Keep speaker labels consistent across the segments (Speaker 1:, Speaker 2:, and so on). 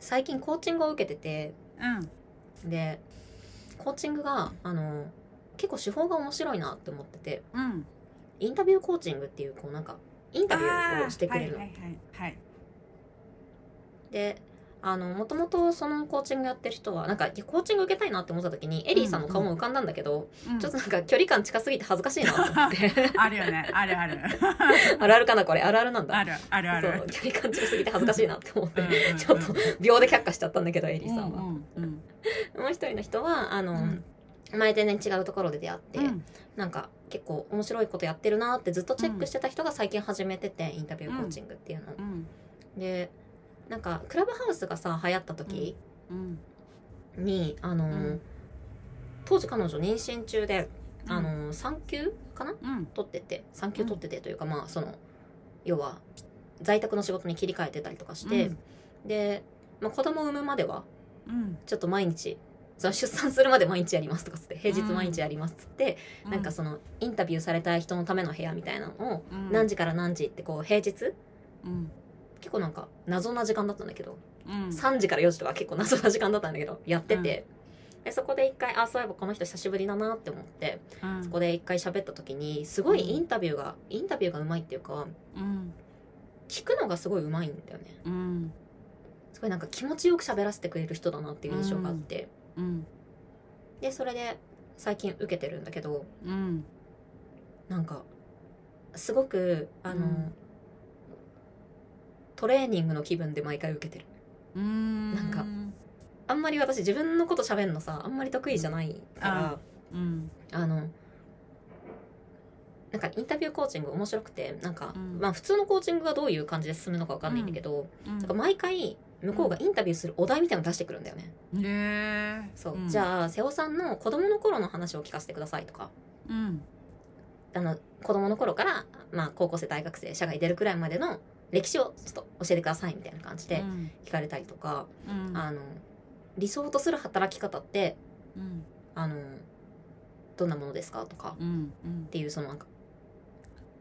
Speaker 1: 最近コーチングを受けてて
Speaker 2: うん
Speaker 1: でコーチングがあの結構手法が面白いなって思ってて
Speaker 2: うん
Speaker 1: インタビューコーチングっていうこうなんかインタビューをしてくれるの。
Speaker 2: あーはいはい
Speaker 1: であのもともとそのコーチングやってる人はなんかいやコーチング受けたいなって思った時にエリーさんの顔も浮かんだんだけど、
Speaker 2: はい
Speaker 1: ちょっと
Speaker 2: と
Speaker 1: なんか距離感近すぎて恥ずかしいなと思って
Speaker 2: あるよねある ある
Speaker 1: あるあるかなこれあるあるなんだ
Speaker 2: あるあるあ
Speaker 1: そ
Speaker 2: る
Speaker 1: う距離感近すぎて恥ずかしいなって思って
Speaker 2: うんうんうん
Speaker 1: ちょっと秒で却下しちゃったんだけどエリーさんは、
Speaker 2: うんうん
Speaker 1: もう一人の人はあの、
Speaker 2: うん
Speaker 1: 前全然違うところで出会って、
Speaker 2: うんうん
Speaker 1: なんか結構面白いことやってるなってずっとチェックしてた人が最近始めててインタビューコーチングっていうの、
Speaker 2: うん
Speaker 1: でなんかクラブハウスがさ流行った時
Speaker 2: うん
Speaker 1: に、あの、
Speaker 2: うん
Speaker 1: 当時彼女妊娠中で、
Speaker 2: うん
Speaker 1: あの産休かな
Speaker 2: うん
Speaker 1: 取ってて産休取っててというか、まあその要は在宅の仕事に切り替えてたりとかして、で、まあ、子供を産むまでは
Speaker 2: うん
Speaker 1: ちょっと毎日その出産するまで毎日やりますとかつって平日
Speaker 2: うん
Speaker 1: 毎日やりますっつって、
Speaker 2: う
Speaker 1: なんかそのインタビューされたい人のための部屋みたいなのを
Speaker 2: うん
Speaker 1: 何時から何時ってこう平日
Speaker 2: うん
Speaker 1: 結構なんか謎な時間だったんだけど、
Speaker 2: うん
Speaker 1: 3時から4時とか結構謎な時間だったんだけどやってて、でそこで一回あそういえばこの人久しぶりだなって思って
Speaker 2: うん
Speaker 1: そこで一回喋った時にすごいインタビューが、インタビューがうまいっていうか
Speaker 2: うん
Speaker 1: 聞くのがすごいうまいんだよね
Speaker 2: うん
Speaker 1: すごいなんか気持ちよく喋らせてくれる人だなっていう印象があって、
Speaker 2: うん
Speaker 1: でそれで最近受けてるんだけど
Speaker 2: うん
Speaker 1: なんかすごくあの、
Speaker 2: うん
Speaker 1: トレーニングの気分で毎回受けてる
Speaker 2: うん
Speaker 1: なんかあんまり私自分のこと喋るのさあんまり得意じゃないから、
Speaker 2: うん
Speaker 1: あのなんかインタビューコーチング面白くてなんか、
Speaker 2: うん
Speaker 1: まあ普通のコーチングがどういう感じで進むのかわかんないんだけど、
Speaker 2: うん
Speaker 1: なんか毎回向こうがインタビューするお題みたいなの出してくるんだよね。
Speaker 2: ねえ
Speaker 1: そう、
Speaker 2: うん
Speaker 1: じゃあ瀬尾さんの子供の頃の話を聞かせてくださいとか
Speaker 2: うん
Speaker 1: あの子供の頃から、まあ、高校生大学生社会出るくらいまでの歴史をちょっと教えてくださいみたいな感じで
Speaker 2: うん
Speaker 1: 聞かれたりとか、
Speaker 2: うん
Speaker 1: あの理想とする働き方って
Speaker 2: うん
Speaker 1: あのどんなものですかとか
Speaker 2: うんうん
Speaker 1: っていうそのなんか、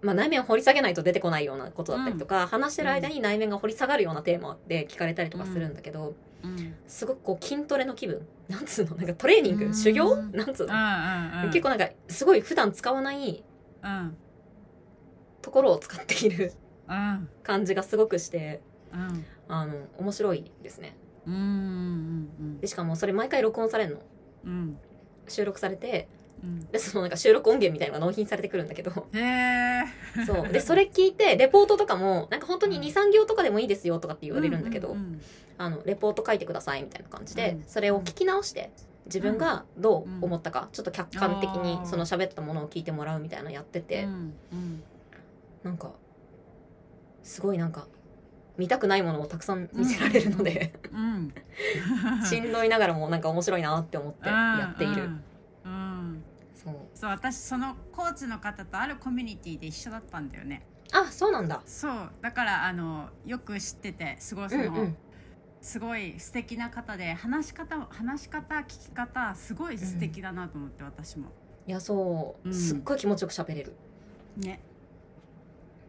Speaker 1: まあ、内面を掘り下げないと出てこないようなことだったりとか、話してる間に内面が掘り下がるようなテーマで聞かれたりとかするんだけど、
Speaker 2: うん
Speaker 1: すごくこう筋トレの気分なんつうのなんかトレーニング、
Speaker 2: うん
Speaker 1: 修行なんつう
Speaker 2: う
Speaker 1: の、
Speaker 2: んうん
Speaker 1: 結構なんかすごい普段使わない
Speaker 2: うん
Speaker 1: ところを使っている
Speaker 2: うん
Speaker 1: 感じがすごくして
Speaker 2: うん
Speaker 1: あの面白いですね
Speaker 2: うんうん
Speaker 1: でしかもそれ毎回録音されるの
Speaker 2: うんうん
Speaker 1: 収録されて
Speaker 2: うん
Speaker 1: でそのなんか収録音源みたいなのが納品されてくるんだけ ど
Speaker 2: へえ
Speaker 1: そうでそれ聞いてレポートとかもなんか本当に23行とかでもいいですよとかって言われるんだけど、
Speaker 2: うん
Speaker 1: あのレポート書いてくださいみたいな感じで、
Speaker 2: うん
Speaker 1: それを聞き直して自分がどう思ったか、ちょっと客観的に
Speaker 2: あー
Speaker 1: その喋ったものを聞いてもらうみたいなのやってて、
Speaker 2: うんうん
Speaker 1: なんかすごいなんか見たくないものをたくさん見せられるので、
Speaker 2: うんうん
Speaker 1: しんどいながらもなんか面白いなって思ってやっている。
Speaker 2: うんうん
Speaker 1: そう
Speaker 2: そう私そのコーチの方とあるコミュニティで一緒だったんだよね
Speaker 1: あそうなんだ。
Speaker 2: そうだからあのよく知っててすごいそ
Speaker 1: うん
Speaker 2: の、
Speaker 1: うん
Speaker 2: すごい素敵な方で話し方話し方聞き方すごい素敵だなと思って、私も
Speaker 1: いやそう、
Speaker 2: うん
Speaker 1: すっごい気持ちよく喋れる。
Speaker 2: ね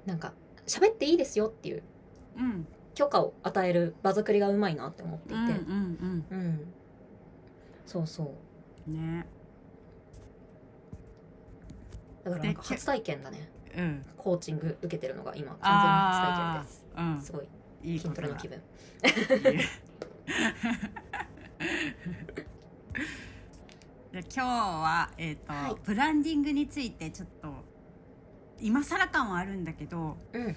Speaker 1: なんか喋っていいですよっていう
Speaker 2: うん
Speaker 1: 許可を与える場作りがうまいなって思っていて、
Speaker 2: うんう
Speaker 1: う
Speaker 2: ん
Speaker 1: ん、そうそう。
Speaker 2: うんね
Speaker 1: だからなんか初体験だね
Speaker 2: うん
Speaker 1: コーチング受けてるのが今完全に初体験
Speaker 2: あ
Speaker 1: です
Speaker 2: あうん
Speaker 1: すごい
Speaker 2: いい
Speaker 1: 筋
Speaker 2: こ
Speaker 1: ト
Speaker 2: と
Speaker 1: レ
Speaker 2: だ
Speaker 1: の気分
Speaker 2: いいじゃあ今日は、えーと
Speaker 1: はい
Speaker 2: ブランディングについてちょっと今更感はあるんだけど、
Speaker 1: うん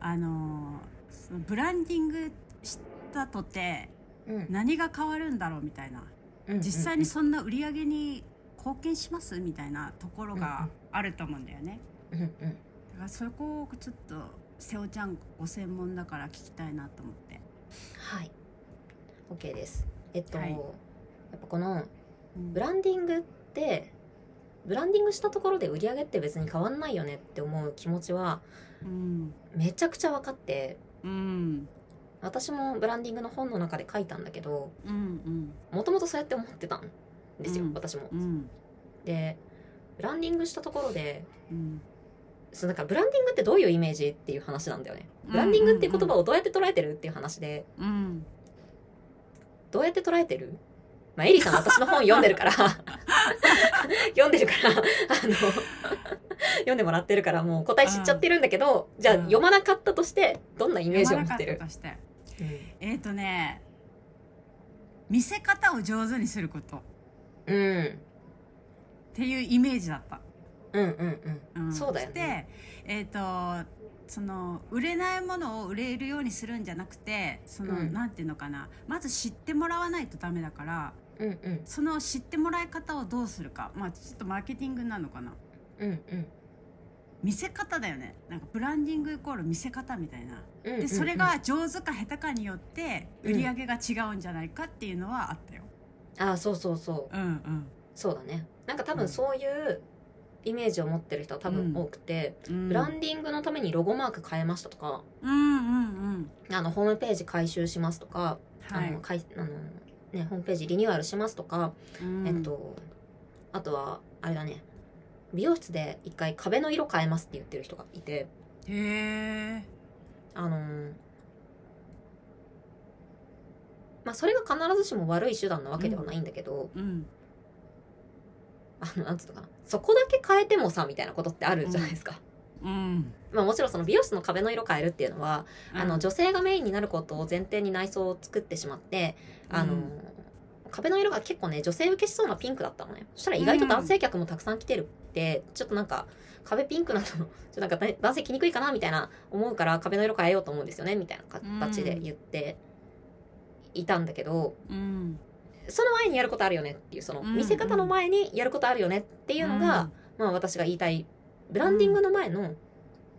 Speaker 2: あのーそのブランディングしたとて
Speaker 1: うん
Speaker 2: 何が変わるんだろうみたいな
Speaker 1: うん
Speaker 2: 実際にそんな売り上げに貢献しますみたいなところ
Speaker 1: うんう
Speaker 2: が
Speaker 1: ん
Speaker 2: あると思うんだよね。
Speaker 1: うんうん
Speaker 2: だからそこをちょっと瀬尾ちゃんご専門だから聞きたいなと思って。
Speaker 1: はい OK ですえっと、
Speaker 2: はい
Speaker 1: やっぱこの
Speaker 2: うん
Speaker 1: ブランディングってブランディングしたところで売り上げって別に変わんないよねって思う気持ちは
Speaker 2: うん
Speaker 1: めちゃくちゃ分かって
Speaker 2: うん
Speaker 1: 私もブランディングの本の中で書いたんだけど
Speaker 2: うん
Speaker 1: もともとそうやって思ってたんですよ、
Speaker 2: うん
Speaker 1: 私も
Speaker 2: うんうん
Speaker 1: でブランディングしたところで
Speaker 2: うん
Speaker 1: そうなんかブランディングってどういうイメージっていう話なんだよね。
Speaker 2: うん
Speaker 1: ブランディングっていう言葉をどうやって捉えてるっていう話で、
Speaker 2: うん
Speaker 1: どうやって捉えてるまあ、エリさんは私の本読んでるから 読んでるから、あの、読んでもらってるから、もう答え知っちゃってるんだけど、じゃあ
Speaker 2: うん
Speaker 1: 読まなかったとして、どんなイメージを持って
Speaker 2: 読
Speaker 1: る
Speaker 2: まなかったとしてえっ、とね見せ方を上手にすることっ
Speaker 1: うん、うん、
Speaker 2: ていうイメージだった、
Speaker 1: うん、うん。
Speaker 2: うん
Speaker 1: そうだよね
Speaker 2: してえっ、とその売れないものを売れるようにするんじゃなくてその、
Speaker 1: うん
Speaker 2: なんていうのかなまず知ってもらわないとダメだから
Speaker 1: うん、うん、
Speaker 2: その知ってもらい方をどうするかまあちょっとマーケティングなのかな
Speaker 1: うん、うん。
Speaker 2: 見せ方だよねなんかブランディングイコール見せ方みたいな
Speaker 1: うん
Speaker 2: でそれ、が上手か下手かによって
Speaker 1: うん
Speaker 2: 売り上げが違うんじゃないかっていうのはあった
Speaker 1: う
Speaker 2: よ。
Speaker 1: んああそうそうそう
Speaker 2: うんうん
Speaker 1: そうだねなんか多分そういうイメージを持ってる人は多分多くて、
Speaker 2: うん、
Speaker 1: ブランディングのためにロゴマーク変えましたとか
Speaker 2: うんうんうん
Speaker 1: あのホームページ改修しますとか、
Speaker 2: は
Speaker 1: あ
Speaker 2: い
Speaker 1: の、かいあの、ね、ホームページリニューアルしますとか、
Speaker 2: うん
Speaker 1: えっとあとはあれだね美容室で一回壁の色変えますって言ってる人がいて
Speaker 2: へえ
Speaker 1: あのーまあそれが必ずしも悪い手段なわけではないんだけど、
Speaker 2: うん
Speaker 1: あのなんつうのかなそこだけ変えてもさみたいなことってあるじゃないですか。
Speaker 2: うん
Speaker 1: まあ、もちろんその美容室の壁の色変えるっていうのは、あの女性がメインになることを前提に内装を作ってしまってあの、
Speaker 2: うん
Speaker 1: 壁の色が結構ね女性受けしそうなピンクだったのねそしたら意外と男性客もたくさん来てるって、ちょっとなんか壁ピンクなの ちょっとなんかだ男性着にくいかなみたいな思うから壁の色変えようと思うんですよねみたいな形で言っていたんだけど、
Speaker 2: うん
Speaker 1: その前にやることあるよねっていうその
Speaker 2: うん
Speaker 1: 見せ方の前にやることあるよねっていうのが、まあ、私が言いたいブランディングの前の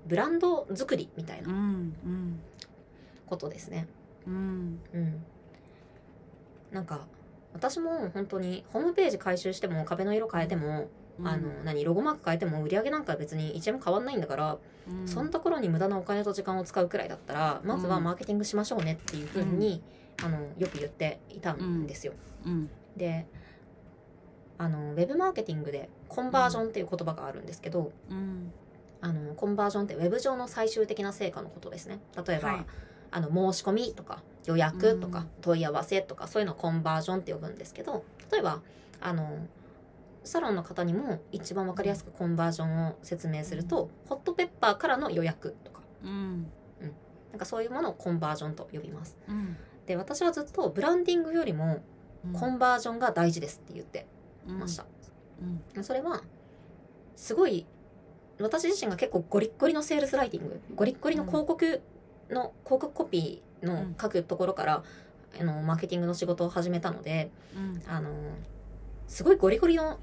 Speaker 1: ブランド作りみたい
Speaker 2: うんう
Speaker 1: なんことですね。
Speaker 2: うんうん
Speaker 1: うん、なんか私も本当にホームページ改修しても壁の色変えても、
Speaker 2: うん
Speaker 1: あの何ロゴマーク変えても売り上げなんか別に1円も変わんないんだから、
Speaker 2: うん
Speaker 1: そんなところに無駄なお金と時間を使うくらいだったらまずはマーケティングしましょうねっていうふうに、あのよく言っていたんですよ。
Speaker 2: うん
Speaker 1: であのウェブマーケティングでコンバージョンっていう言葉があるんですけど、
Speaker 2: うん
Speaker 1: あのコンバージョンってウェブ上の最終的な成果のことですね例えば、
Speaker 2: はい
Speaker 1: あの申し込みとか予約と
Speaker 2: う
Speaker 1: か
Speaker 2: ん
Speaker 1: 問い合わせとかそういうのをコンバージョンって呼ぶんですけど例えばあのサロンの方にも一番わかりやすくコンバージョンを説明すると、ホットペッパーからの予約とか
Speaker 2: うん
Speaker 1: なんかそういうものをコンバージョンと呼びます
Speaker 2: うん
Speaker 1: で私はずっとブランディングよりもコンバージョンが大事ですって言ってました、
Speaker 2: うん
Speaker 1: それはすごい私自身が結構ゴリッゴリのセールスライティングゴリッゴリの広告の広告コピーの書くところから、あのマーケティングの仕事を始めたので
Speaker 2: うん
Speaker 1: あのすごいゴリゴリの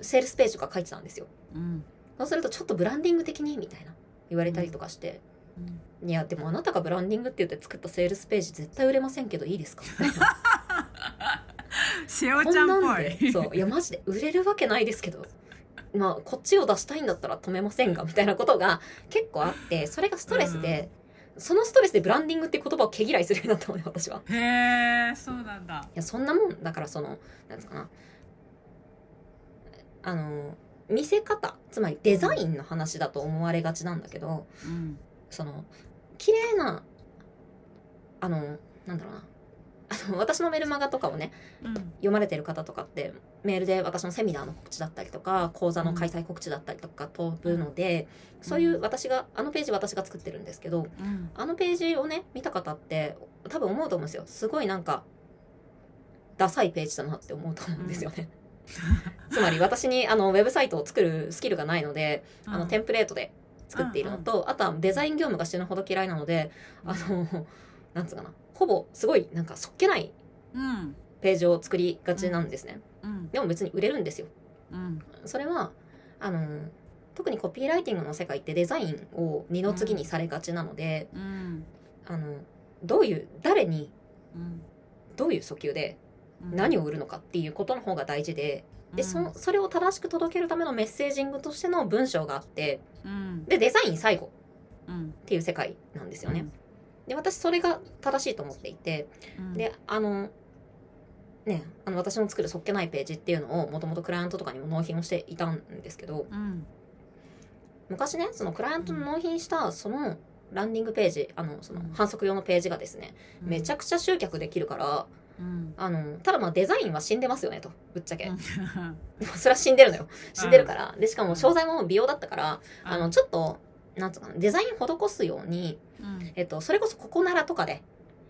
Speaker 1: セールスページとか書いてたんですよ
Speaker 2: うん
Speaker 1: そうするとちょっとブランディング的にみたいな言われたりとかして、いやでもあなたがブランディングって言って作ったセールスページ絶対売れませんけどいいですかみたいな
Speaker 2: しお
Speaker 1: こ
Speaker 2: ちゃ
Speaker 1: んなん
Speaker 2: っ
Speaker 1: ん
Speaker 2: ぽ
Speaker 1: で
Speaker 2: い
Speaker 1: そういやマジで売れるわけないですけどまあこっちを出したいんだったら止めませんがみたいなことが結構あってそれがストレスで、そのストレスでブランディングって言葉を毛嫌いするようになったのね私は。い
Speaker 2: へえそうなんだ
Speaker 1: やそんなもんだからそのなんつうかなあの見せ方つまりデザインの話だと思われがちなんだけど
Speaker 2: うん
Speaker 1: その綺麗なあのなんだろうなあの私のメルマガとかをね
Speaker 2: うん
Speaker 1: 読まれてる方とかってメールで私のセミナーの告知だったりとか講座の開催告知だったりとか飛ぶので、そういう私があのページ私が作ってるんですけど
Speaker 2: うん
Speaker 1: あのページをね見た方って多分思うと思うんですよすごいなんかダサいページだなって思うと思うんですよね。 つまり私にあのウェブサイトを作るスキルがないので、あのテンプレートで作っているのと、あとはデザイン業務が死ぬほど嫌いなので、あのなんつうかなほぼすごいなんかそっけない
Speaker 2: うん
Speaker 1: ページを作りがちなんですね。
Speaker 2: うん
Speaker 1: でも別に売れるんですよ。
Speaker 2: うん
Speaker 1: それはあの特にコピーライティングの世界ってデザインを二の次にされがちなので、
Speaker 2: うん
Speaker 1: あのどういう誰に
Speaker 2: うん
Speaker 1: どういう訴求で何を売るのかっていうことの方が大事ででそそれを正しく届けるためのメッセージングとしての文章があって
Speaker 2: うん
Speaker 1: でデザイン最後
Speaker 2: うん
Speaker 1: っていう世界なんですよね。で私それが正しいと思っていて
Speaker 2: うん
Speaker 1: であのねあの私の作るそっけないページっていうのをもともとクライアントとかにも納品をしていたんですけど、
Speaker 2: うん
Speaker 1: 昔ねそのクライアントの納品したそのランディングページあのその
Speaker 2: うん
Speaker 1: 反則用のページがですねめちゃ
Speaker 2: く
Speaker 1: くちゃ集客できるから
Speaker 2: ちゃ、うん
Speaker 1: あのただまあデザインは死んでますよねとぶっちゃけ、
Speaker 2: うん
Speaker 1: それは死んでるのよ死んでるからでしかも商材も美容だったからあのちょっとなんつうかなデザイン施すように、
Speaker 2: うん
Speaker 1: えっと、それこそここならとかで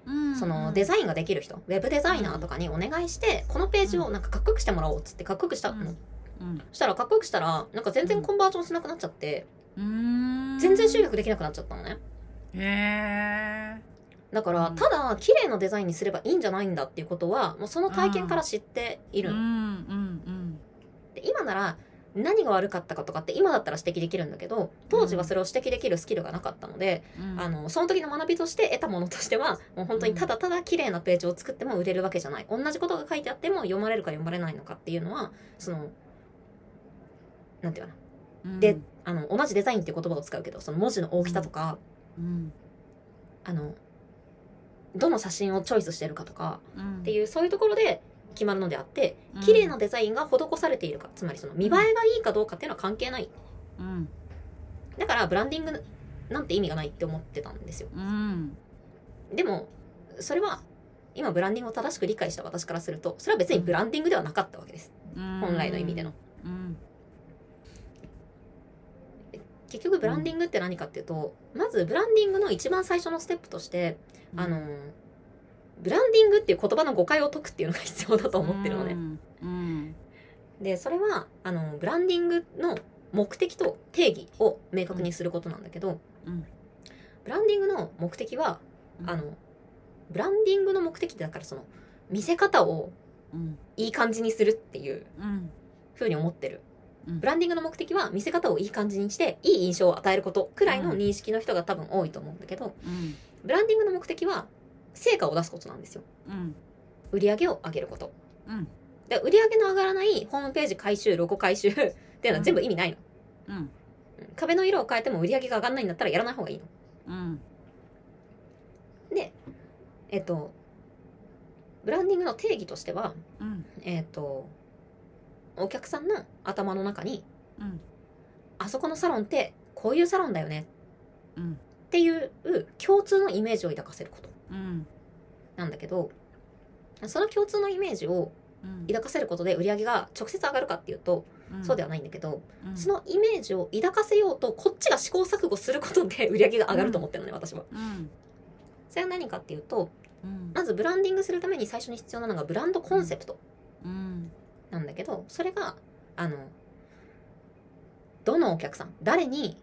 Speaker 2: うん
Speaker 1: そのデザインができる人ウェブデザイナーとかにお願いしてこのページをなんかかっこよくしてもらおうっつってかっこよくしたの、
Speaker 2: うんうん
Speaker 1: そしたらかっこよくしたらなんか全然コンバージョンしなくなっちゃって
Speaker 2: うん
Speaker 1: 全然集客できなくなっちゃったのね
Speaker 2: へえ
Speaker 1: だか
Speaker 2: う
Speaker 1: ら
Speaker 2: ん
Speaker 1: ただ綺麗なデザインにすればいいんじゃないんだっていうことはもうその体験から知ってい
Speaker 2: うん
Speaker 1: る
Speaker 2: うん
Speaker 1: の
Speaker 2: うん
Speaker 1: で今なら何が悪かったかとかって今だったら指摘できるんだけど当時はそれを指摘できるスキルがなかったので、
Speaker 2: うん
Speaker 1: あのその時の学びとして得たものとしてはもう本当にただただ綺麗なページを作っても売れるわけじゃない同じことが書いてあっても読まれるか読まれないのかっていうのはそのなんていうかな
Speaker 2: うん
Speaker 1: であの同じデザインっていう言葉を使うけどその文字の大きさとか、
Speaker 2: うん
Speaker 1: あのどの写真をチョイスしてるかとか
Speaker 2: うん
Speaker 1: っていうそういうところで決まるのであって
Speaker 2: うん
Speaker 1: 綺麗なデザインが施されているかつまりその見栄えがいいかどうかっていうのは関係ない
Speaker 2: うん
Speaker 1: だからブランディングなんて意味がないって思ってたんですよ
Speaker 2: うん
Speaker 1: でもそれは今ブランディングを正しく理解した私からするとそれは別にブランディングではなかったわけです本来の意味での
Speaker 2: うん
Speaker 1: 結局ブランディングって何かっていうとまずブランディングの一番最初のステップとしてあのブランディングっていう言葉の誤解を解くっていうのが必要だと思ってるのね
Speaker 2: うんうん
Speaker 1: でそれはあのブランディングの目的と定義を明確にすることなんだけど、
Speaker 2: うん
Speaker 1: ブランディングの目的は、
Speaker 2: うん
Speaker 1: あのブランディングの目的ってだからその見せ方を
Speaker 2: うん
Speaker 1: いい感じにするっていう
Speaker 2: うん
Speaker 1: ふうに思ってる、
Speaker 2: うん
Speaker 1: ブランディングの目的は見せ方をいい感じにしていい印象を与えることくらいの認識の人が多分多いと思うんだけど
Speaker 2: うん
Speaker 1: ブランディングの目的は成果を出すことなんですよ
Speaker 2: うん
Speaker 1: 売り上げを上げること
Speaker 2: うん
Speaker 1: で売り上げの上がらないホームページ回収ロゴ回収っていうのは全部意味ないの
Speaker 2: うん
Speaker 1: 壁の色を変えても売り上げが上がらないんだったらやらない方がいいの。
Speaker 2: うん
Speaker 1: えっと、ブランディングの定義としては、
Speaker 2: うん
Speaker 1: えっと、お客さんの頭の中に、
Speaker 2: うん
Speaker 1: あそこのサロンってこういうサロンだよね
Speaker 2: うん
Speaker 1: っていう共通のイメージを抱かせること
Speaker 2: うん
Speaker 1: なんだけど、その共通のイメージを
Speaker 2: うん
Speaker 1: 抱かせることで売り上げが直接上がるかっていうと、そうではないんだけど、
Speaker 2: うん
Speaker 1: そのイメージを抱かせようと、こっちが試行錯誤することで売り上げが上がると思ってるのね、私は。
Speaker 2: うん
Speaker 1: それは何かっていうと、
Speaker 2: うん
Speaker 1: まずブランディングするために最初に必要なのがブランドコンセプト
Speaker 2: うん
Speaker 1: なんだけどそれがあのどのお客さん誰に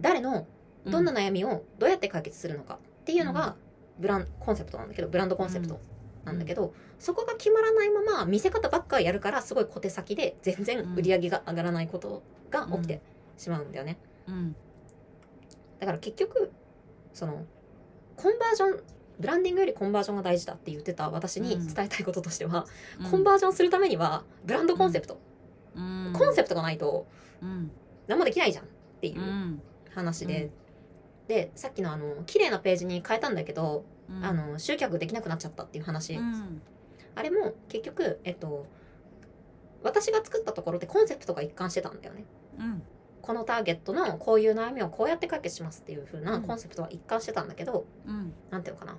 Speaker 1: 誰のどんな悩みをどうやって解決するのかっていうのがブランコンセプトなんだけどブランドコンセプトなんだけどそこが決まらないまま見せ方ばっかりやるからすごい小手先で全然売り上げが上がらないことが起きてしまうんだよね
Speaker 2: うん
Speaker 1: だから結局そのコンバージョンブランディングよりコンバージョンが大事だって言ってた私に伝えたいこととしては、コンバージョンするためにはブランドコンセプト、
Speaker 2: うん
Speaker 1: コンセプトがないと
Speaker 2: うん
Speaker 1: 何もできないじゃんっていううん話で、
Speaker 2: うん
Speaker 1: でさっきのあの綺麗なページに変えたんだけど、
Speaker 2: うん
Speaker 1: あの集客できなくなっちゃったっていう話、
Speaker 2: うん
Speaker 1: あれも結局えっと私が作ったところでコンセプトが一貫してたんだよね
Speaker 2: うん
Speaker 1: このターゲットのこういう悩みをこうやって解決しますっていう風
Speaker 2: う
Speaker 1: なんコンセプトは一貫してたんだけど、
Speaker 2: うん
Speaker 1: なんていうのかな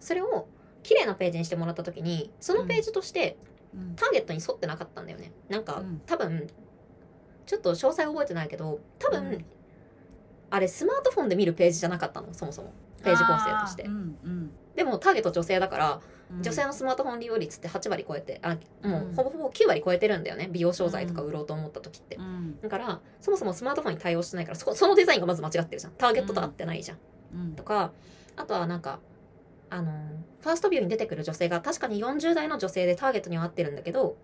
Speaker 1: それを綺麗なページにしてもらった時にそのページとして
Speaker 2: うん
Speaker 1: ターゲットに沿ってなかったんだよねなんか、
Speaker 2: うん
Speaker 1: 多分ちょっと詳細覚えてないけど多分、
Speaker 2: うん
Speaker 1: あれスマートフォンで見るページじゃなかったのそもそもページ構成として
Speaker 2: あーうんうん
Speaker 1: でもターゲット女性だから、
Speaker 2: うん
Speaker 1: 女性のスマートフォン利用率って8割超えてあも
Speaker 2: うん
Speaker 1: うほぼほぼ9割超えてるんだよね美容商材とか売ろうと思った時って、
Speaker 2: うん
Speaker 1: だからそもそもスマートフォンに対応してないからそこそのデザインがまず間違ってるじゃんターゲットと合ってないじゃん、
Speaker 2: うん
Speaker 1: とかあとはなんかあのファーストビューに出てくる女性が確かに40代の女性でターゲットには合ってるんだけど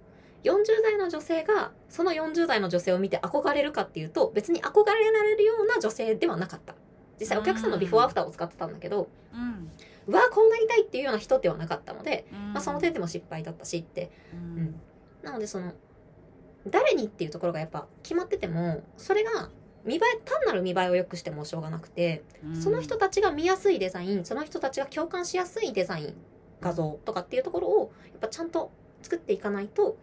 Speaker 1: 40代の女性がその40代の女性を見て憧れるかっていうと別に憧れられるような女性ではなかった実際お客さんのビフォーアフターを使ってたんだけど、
Speaker 2: うん
Speaker 1: うわこうなりたいっていうような人ではなかったので、
Speaker 2: うん
Speaker 1: まあ、その点でも失敗だったしって
Speaker 2: うん
Speaker 1: なのでその誰にっていうところがやっぱ決まっててもそれが見栄え単なる見栄えを良くしてもしょうがなくて、その人たちが見やすいデザインその人たちが共感しやすいデザイン画像とかっていうところをやっぱちゃんと作っていかないと、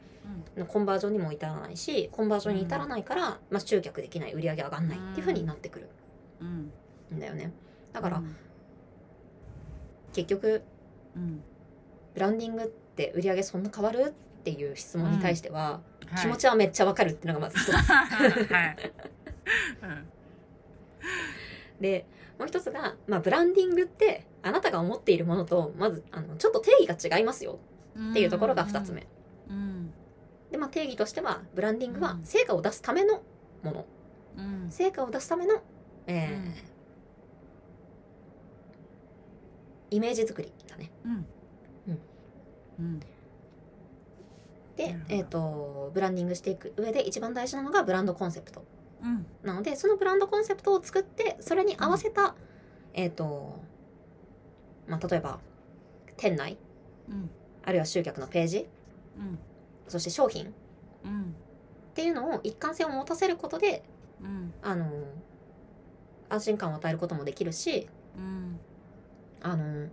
Speaker 1: コンバージョンにも至らないしコンバージョンに至らないから、まあ、集客できない売り上げ上がんないっていうふうになってくる
Speaker 2: うん
Speaker 1: んだよね。だから
Speaker 2: うん
Speaker 1: 結局
Speaker 2: うん
Speaker 1: ブランディングって売り上げそんな変わるっていう質問に対しては、
Speaker 2: はい
Speaker 1: 気持ちはめっちゃわかるっていうのがまず一つ
Speaker 2: はいうん
Speaker 1: でもう一つが、まあ、ブランディングってあなたが思っているものとまずあのちょっと定義が違いますよっていうところが2つ目、
Speaker 2: うん
Speaker 1: で、まあ、定義としてはブランディング
Speaker 2: う
Speaker 1: は
Speaker 2: ん
Speaker 1: 成果を出すためのもの
Speaker 2: うん
Speaker 1: 成果を出すための、えー
Speaker 2: うん
Speaker 1: イメージ作りだね
Speaker 2: うん
Speaker 1: うん
Speaker 2: うんな
Speaker 1: で
Speaker 2: るほ、ど
Speaker 1: えー、とブランディングしていく上で一番大事なのがブランドコンセプト
Speaker 2: うん
Speaker 1: なのでそのブランドコンセプトを作ってそれに合わせた、えっ、とまあ例えば店内
Speaker 2: うん
Speaker 1: あるいは集客のページ
Speaker 2: うん
Speaker 1: そして商品っ
Speaker 2: うん
Speaker 1: ていうのを一貫性を持たせることで
Speaker 2: うん
Speaker 1: あの安心感を与えることもできるし
Speaker 2: うん
Speaker 1: あの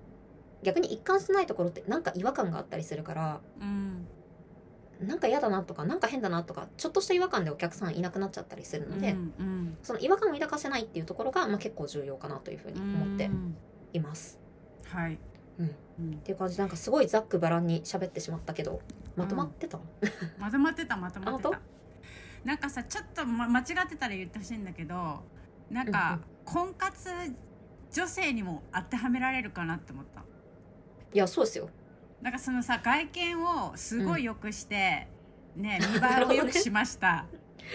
Speaker 1: 逆に一貫してないところってなんか違和感があったりするから
Speaker 2: うん
Speaker 1: なんか嫌だなとかなんか変だなとかちょっとした違和感でお客さんいなくなっちゃったりするので、
Speaker 2: うんうん
Speaker 1: その違和感を抱かせないっていうところが、まあ、結構重要かなというふうに思って
Speaker 2: うん
Speaker 1: います。
Speaker 2: はい
Speaker 1: うん
Speaker 2: うん
Speaker 1: っていう感じなんかすごいざっくばらんに喋ってしまったけどまとまってた、
Speaker 2: まとまってたまとまって
Speaker 1: あ本
Speaker 2: たなんかさちょっと、ま、間違ってたら言ってほしいんだけどなんか婚活女性にも当てはめられるかなって思った
Speaker 1: いやそうですよ
Speaker 2: なんかそのさ外見をすごい良くして、ね見栄えを良くしま した、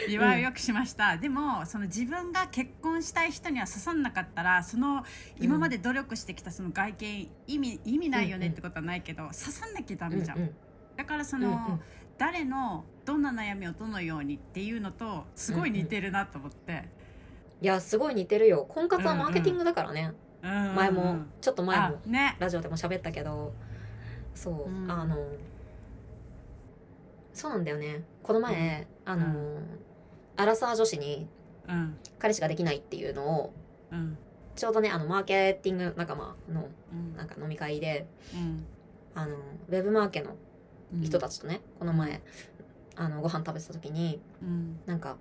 Speaker 2: 見栄えを良くしました、でもその自分が結婚したい人には刺さんなかったらその今まで努力してきたその外見意味意味ないよねってことはないけど、刺さんなきゃダメじゃん、
Speaker 1: うんうん
Speaker 2: だからそ
Speaker 1: うん
Speaker 2: の、
Speaker 1: うん
Speaker 2: 誰のどんな悩みをどのようにっていうのとすごい似てるなと思って、
Speaker 1: いやすごい似てるよ婚活はマーケティングだからね、
Speaker 2: うんうんうん
Speaker 1: 前もちょっと前も
Speaker 2: あね
Speaker 1: ラジオでも喋ったけどそう、
Speaker 2: うん
Speaker 1: あのそうなんだよねこの前、あの、
Speaker 2: う
Speaker 1: アラサー女子に
Speaker 2: うん
Speaker 1: 彼氏ができないっていうのを
Speaker 2: うん
Speaker 1: ちょうどねあのマーケティング仲間の
Speaker 2: うん
Speaker 1: なんか飲み会で
Speaker 2: うん
Speaker 1: あのウェブマーケの
Speaker 2: うん
Speaker 1: 人たちとね、この前あのご飯食べてた時に、
Speaker 2: うん
Speaker 1: なんか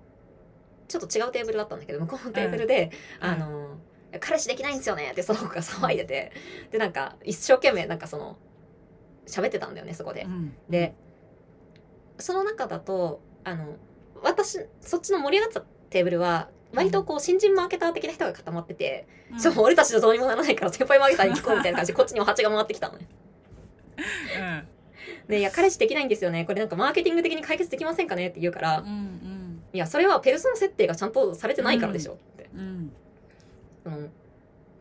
Speaker 1: ちょっと違うテーブルだったんだけど向こうのテーブルで、
Speaker 2: うん
Speaker 1: あの彼氏できないんですよねってその子が騒いでてでなんか一生懸命なんかその喋ってたんだよねそこで
Speaker 2: う。ん
Speaker 1: でその中だとあの私そっちの盛り上がっちゃったテーブルは割とこう新人マーケター的な人が固まってて、
Speaker 2: うん
Speaker 1: そう俺たちじゃどうにもならないから先輩マーケターに聞こうみたいな感じでこっちにも蜂が回ってきたのね。でいや彼氏できないんですよねこれなんかマーケティング的に解決できませんかねって言うから、
Speaker 2: うんうん
Speaker 1: いやそれはペルソナ設定がちゃんとされてないからでしょって。
Speaker 2: うんうん
Speaker 1: その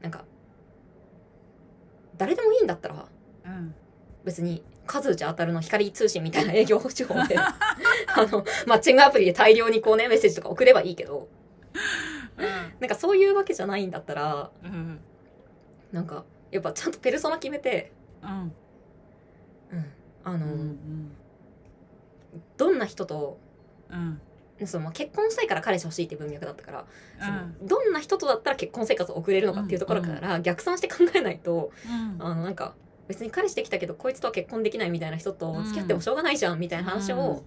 Speaker 1: なんか誰でもいいんだったら
Speaker 2: うん
Speaker 1: 別に数打ち当たるの光通信み たいな営業手法であのマッチングアプリで大量にこうねメッセージとか送ればいいけどなんかそういうわけじゃないんだったら
Speaker 2: うん
Speaker 1: なんかやっぱちゃんとペルソナ決めて、
Speaker 2: うん
Speaker 1: うんあ
Speaker 2: う
Speaker 1: の
Speaker 2: ん
Speaker 1: どんな人と
Speaker 2: うん
Speaker 1: その結婚したいから彼氏欲しいって文脈だったから、その
Speaker 2: う
Speaker 1: どんな人とだったら結婚生活を送れるのかっていうところから逆算して考えないと、
Speaker 2: ん
Speaker 1: あのなんか別に彼氏できたけどこいつとは結婚できないみたいな人と付き合ってもしょうがないじゃんみたいな話を、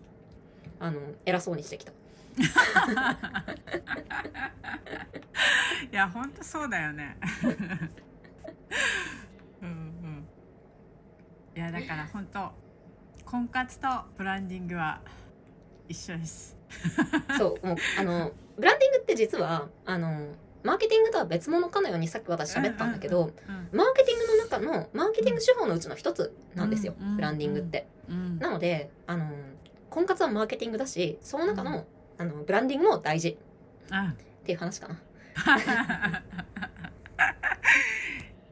Speaker 1: あの偉そうにしてき た
Speaker 2: いや本当そうだよね。 うんうん。いやだから本当婚活とブランディングは一緒です。
Speaker 1: そうもうあのブランディングって実はあのマーケティングとは別物かのようにさっき私喋ったんだけど、
Speaker 2: うん
Speaker 1: マーケティングの中のマーケティング手法のうちの一つなんですよ、
Speaker 2: うんうん
Speaker 1: ブランディングって。
Speaker 2: うん
Speaker 1: な のであの婚活はマーケティングだしその中の,、あのブランディングも大事
Speaker 2: うん。
Speaker 1: っていう話かな。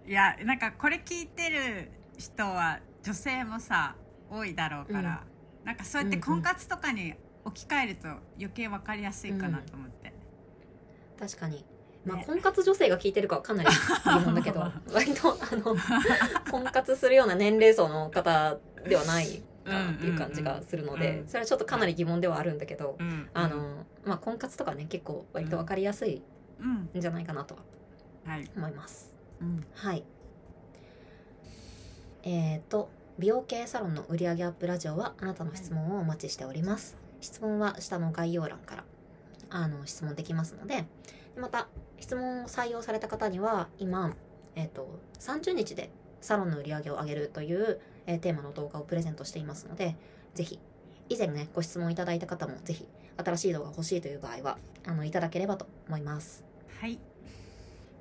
Speaker 2: いやなんかこれ聞いてる人は女性もさ多いだろうから、なんかそうやって婚活とかに置き換えると余計わかりやすいかなと思って、
Speaker 1: 確かに、まあ、
Speaker 2: ね
Speaker 1: 婚活女性が聞いてるかはかなり疑問だ けど
Speaker 2: まあ
Speaker 1: 割とあの婚活するような年齢層の方ではないかなっていう感じがするの
Speaker 2: うんうん
Speaker 1: で
Speaker 2: うん
Speaker 1: それはちょっとかなり疑問ではあるんだけど
Speaker 2: うん
Speaker 1: あの、まあ、婚活とかね結構割と分かりやすい
Speaker 2: うん
Speaker 1: んじゃないかなとは
Speaker 2: はい、
Speaker 1: 思います。
Speaker 2: うん、
Speaker 1: はいえー、と美容系サロンの売上アップラジオはあなたの質問をお待ちしております質問は下の概要欄からあの質問できますのでまた質問を採用された方には今、えっと30日でサロンの売り上げを上げるという、えーテーマの動画をプレゼントしていますのでぜひ以前ねご質問いただいた方もぜひ新しい動画欲しいという場合はあのいただければと思います
Speaker 2: はい、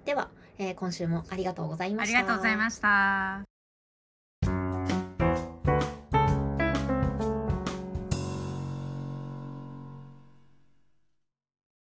Speaker 1: では、えー今週もありがとうござい
Speaker 2: あ
Speaker 1: まし
Speaker 2: り
Speaker 1: た
Speaker 2: がとうございました。